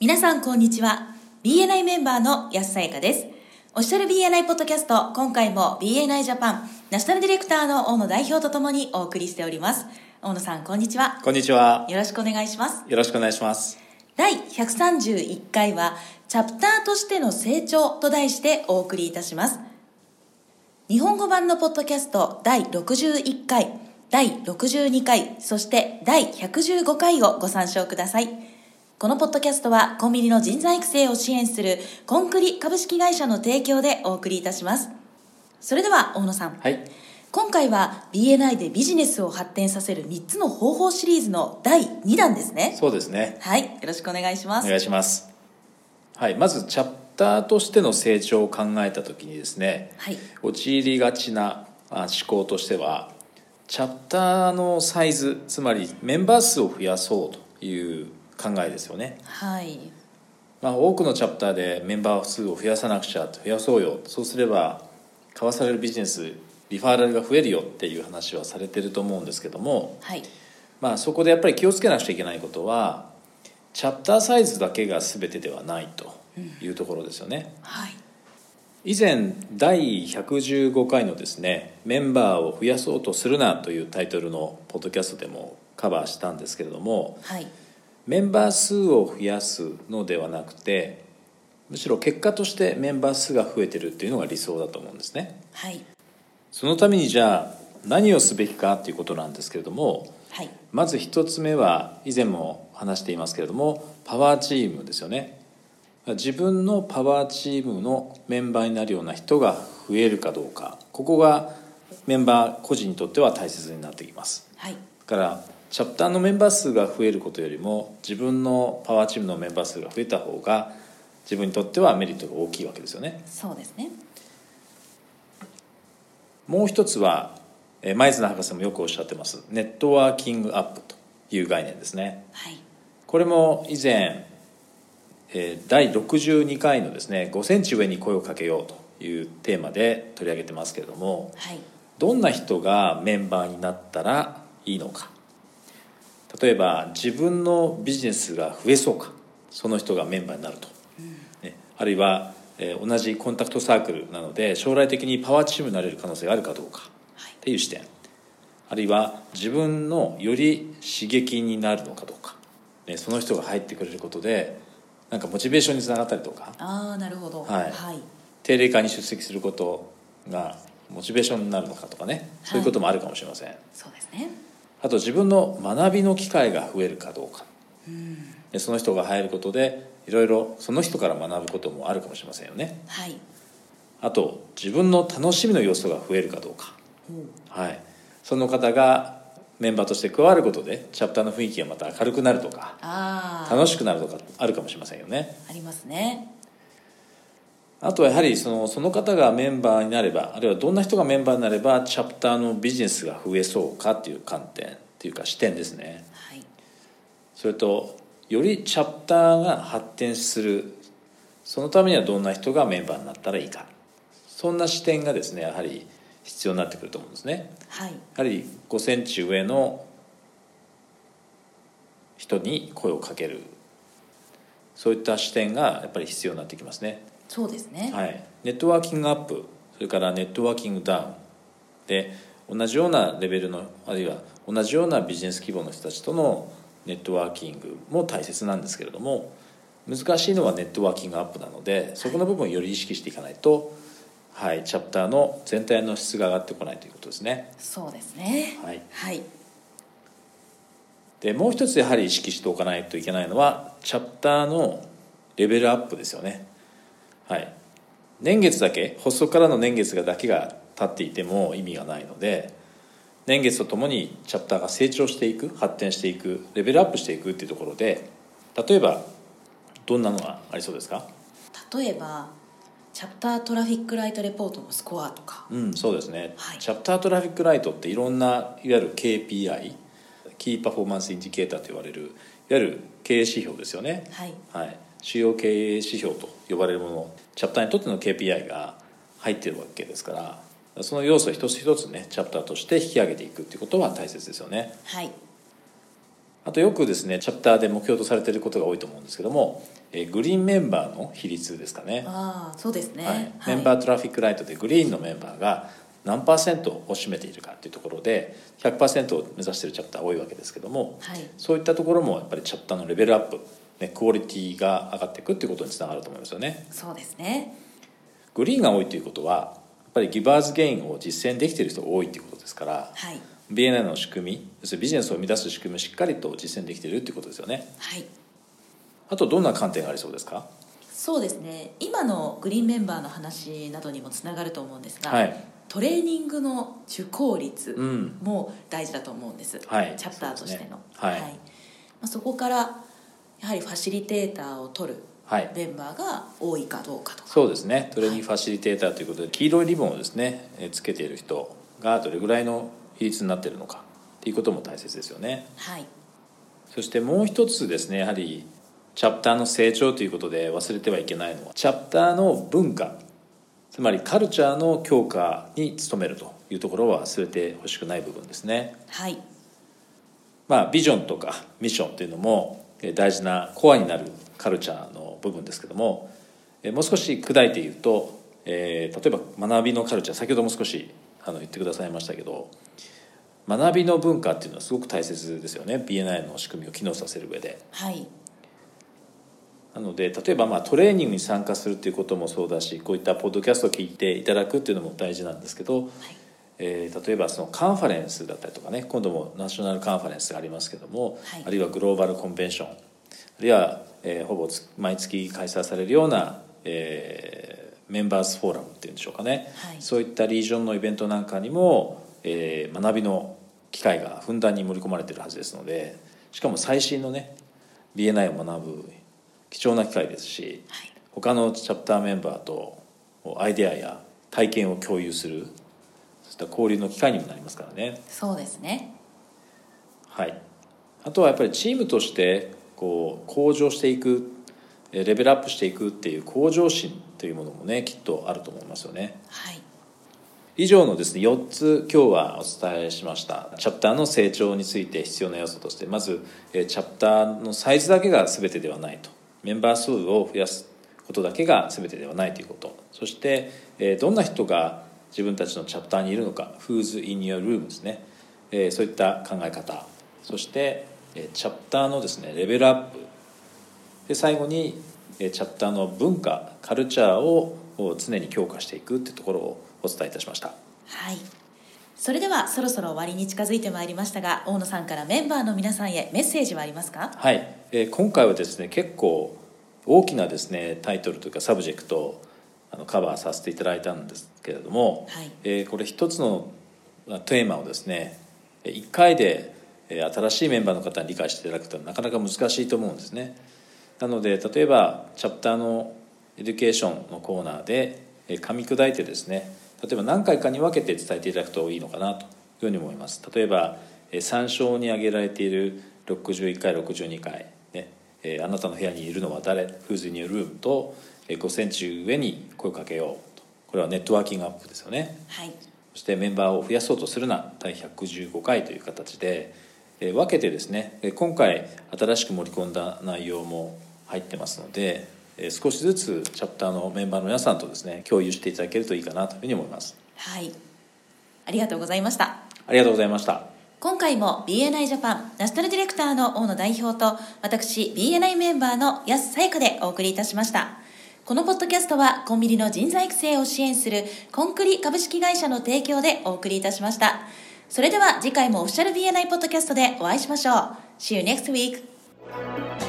皆さんこんにちは BNI メンバーの安さやかですオフィシャル BNI ポッドキャスト今回も BNI ジャパンナショナルディレクターの大野代表とともにお送りしております大野さんこんにちはこんにちは。よろしくお願いしますよろしくお願いします。第131回はチャプターとしての成長と題してお送りいたします日本語版のポッドキャスト第61回第62回そして第115回をご参照くださいこのポッドキャストはコンビニの人材育成を支援するコンクリ株式会社の提供でお送りいたしますそれでは大野さん、はい。今回は BNI でビジネスを発展させる3つの方法シリーズの第2弾ですねそうですね。はい、よろしくお願いしまおす。願いします。はい。まず、チャプターとしての成長を考えたときにですね、はい、陥りがちなあ思考としては、チャプターのサイズ、つまりメンバー数を増やそうという考えですよね。はい、まあ、多くのチャプターでメンバー数を増やさなくちゃ、増やそうよ。そうすれば、交わされるビジネス、リファーラルが増えるよっていう話はされてると思うんですけども、はい、まあ、そこでやっぱり気をつけなくちゃいけないことはチャプターサイズだけが全てではないというところですよね。はい、以前第115回のですね「メンバーを増やそうとするな」というタイトルのポッドキャストでもカバーしたんですけれどもはい、メンバー数を増やすのではなくてむしろ結果としてメンバー数が増えてるっていうのが理想だと思うんですね。はい、そのためにじゃあ何をすべきかっていうことなんですけれどもはい、まず一つ目は以前も話していますけれどもパワーチームですよね自分のパワーチームのメンバーになるような人が増えるかどうかここがメンバー個人にとっては大切になってきますはい、だからチャプターのメンバー数が増えることよりも自分のパワーチームのメンバー数が増えた方が自分にとってはメリットが大きいわけですよねそうですね。もう一つはえー前津博士もよくおっしゃってますネットワーキングアップという概念ですねはい、これも以前、えー第62回のですね5センチ上に声をかけようというテーマで取り上げてますけれどもはい、どんな人がメンバーになったらいいのか例えば自分のビジネスが増えそうかその人がメンバーになると、ねあるいは、えー同じコンタクトサークルなので将来的にパワーチームになれる可能性があるかどうかはいっていう視点あるいは自分のより刺激になるのかどうか、ね、その人が入ってくれることでなんかモチベーションにつながったりとかああ、なるほど。はいはい、定例会に出席することがモチベーションになるのかとかねそういうこともあるかもしれません、そうですね。あと自分の学びの機会が増えるかどうか、でその人が入ることでいろいろその人から学ぶこともあるかもしれませんよねはい、あと自分の楽しみの要素が増えるかどうかおうはい、その方がメンバーとして加わることでチャプターの雰囲気がまた明るくなるとかああ、楽しくなるとかあるかもしれませんよねありますね。あとはやはりそのその方がメンバーになればあるいはどんな人がメンバーになればチャプターのビジネスが増えそうかっていう観点っていうか視点ですねはい、それとよりチャプターが発展するそのためにはどんな人がメンバーになったらいいかそんな視点がですねやはり必要になってくると思うんですねはい、やはり5センチ上の人に声をかけるそういった視点がやっぱり必要になってきますね、そうですね。はい、ネットワーキングアップそれからネットワーキングダウンで同じようなレベルのあるいは同じようなビジネス規模の人たちとのネットワーキングも大切なんですけれども難しいのはネットワーキングアップなのでそこの部分をより意識していかないと、はい、チャプターの全体の質が上がってこないということですね。そうですね。はいはい、でもう一つやはり意識しておかないといけないのはチャプターのレベルアップですよねはい年月だけ発足からの年月がだけが経っていても意味がないので年月とともにチャプターが成長していく発展していくレベルアップしていくっていうところで例えばどんなのがありそうですか例えば、チャプタートラフィックライトレポートのスコアとか。うん、そうですね、はいチャプタートラフィックライトっていろんないわゆる KPI キーパフォーマンスインディケーターと言われるいわゆる経営指標ですよねはい、はい、主要経営指標と呼ばれるものチャプターにとっての KPI が入ってるわけですからその要素一つ一つねチャプターとして引き上げていくっていうことは大切ですよねはい、あとよくですねチャプターで目標とされていることが多いと思うんですけども、えーグリーンメンバーの比率ですかねああそうですね、はい、メンバートラフィックライトでグリーンのメンバーが何パーセントを占めているかっていうところで100%を目指しているチャプター多いわけですけども、はいそういったところもやっぱりチャプターのレベルアップ、ね、クオリティが上がっていくっていうことにつながると思いますよね。そうですねグリーンが多いということはやっぱりギバーズゲインを実践できている人が多いっていうことですから、はい BNI の仕組み要するにビジネスを生み出す仕組みをしっかりと実践できているっていうことですよね。はいあとどんな観点がありそうですかそうですね今のグリーンメンバーの話などにもつながると思うんですが、はいトレーニングの受講率うんも大事だと思うんです、はいチャプターとしての、そうですねはいまあ、そこからやはりファシリテーターを取るはいメンバーが多いかどうかとか、そうですねトレーニングファシリテーターということで黄色いリボンをですねえーつけている人がどれぐらいの比率になっているのかっていうことも大切ですよねはいそしてもう一つですねやはりチャプターの成長ということで忘れてはいけないのはチャプターの文化つまりカルチャーの強化に努めるというところは忘れてほしくない部分ですねはいまあ、ビジョンとかミッションっていうのもえー大事なコアになるカルチャーの部分ですけどもえーもう少し砕いて言うと、えー例えば学びのカルチャー先ほども少しあの言ってくださいましたけど学びの文化っていうのはすごく大切ですよね BNI の仕組みを機能させる上で。はいなので例えばまあトレーニングに参加するっていうこともそうだしこういったポッドキャストを聞いていただくっていうのも大事なんですけど、えー例えばそのカンファレンスだったりとかね今度もナショナルカンファレンスがありますけども、はいあるいはグローバルコンベンションあるいは、えーほぼつ毎月開催されるような、えーメンバーズフォーラムっていうんでしょうかね、はいそういったリージョンのイベントなんかにも、えー学びの機会がふんだんに盛り込まれてるはずですのでしかも最新のね BNI を学ぶ貴重な機会ですし、はい他のチャプターメンバーとアイデアや体験を共有するそうした交流の機会にもなりますからね。そうですねはい、あとはやっぱりチームとしてこう向上していくえーレベルアップしていくっていう向上心というものもねきっとあると思いますよね。はい以上のですね4つ今日はお伝えしましたチャプターの成長について必要な要素としてまずえーチャプターのサイズだけが全てではないとメンバー数を増やすことだけが全てではないということそしてえーどんな人が自分たちのチャプターにいるのか Who's in your room ですねえーそういった考え方そしてえーチャプターのですねレベルアップで最後にえーチャプターの文化カルチャーをを常に強化していくってところをお伝えいたしました。はいそれではそろそろ終わりに近づいてまいりましたが大野さんからメンバーの皆さんへメッセージはありますかはい、えー今回はですね結構大きなですねタイトルというかサブジェクトをあのカバーさせていただいたんですけれども、はいえーこれ一つのあテーマをですね1回でえー新しいメンバーの方に理解していただくというのはなかなか難しいと思うんですね。なので例えばチャプターのエデュケーションのコーナーでえー噛み砕いてですね例えば何回かに分けて伝えていただくといいのかなというふうに思います例えばえー参照に挙げられている61回62回、ねえーあなたの部屋にいるのは誰 Who's in your room?」とえー5センチ上に声をかけようとこれはネットワーキングアップですよね。はいそしてメンバーを増やそうとするな第115回という形で、えー分けてですねえー今回新しく盛り込んだ内容も入ってますので、えー少しずつチャプターのメンバーの皆さんとですね共有していただけるといいかなというふうに思いますはいありがとうございましたありがとうございました今回も BNI ジャパンナショナルディレクターの大野代表と私 BNI メンバーの安さやかでお送りいたしましたこのポッドキャストはコンビニの人材育成を支援するコンクリ株式会社の提供でお送りいたしましたそれでは次回もオフィシャル BNI ポッドキャストでお会いしましょう See you next week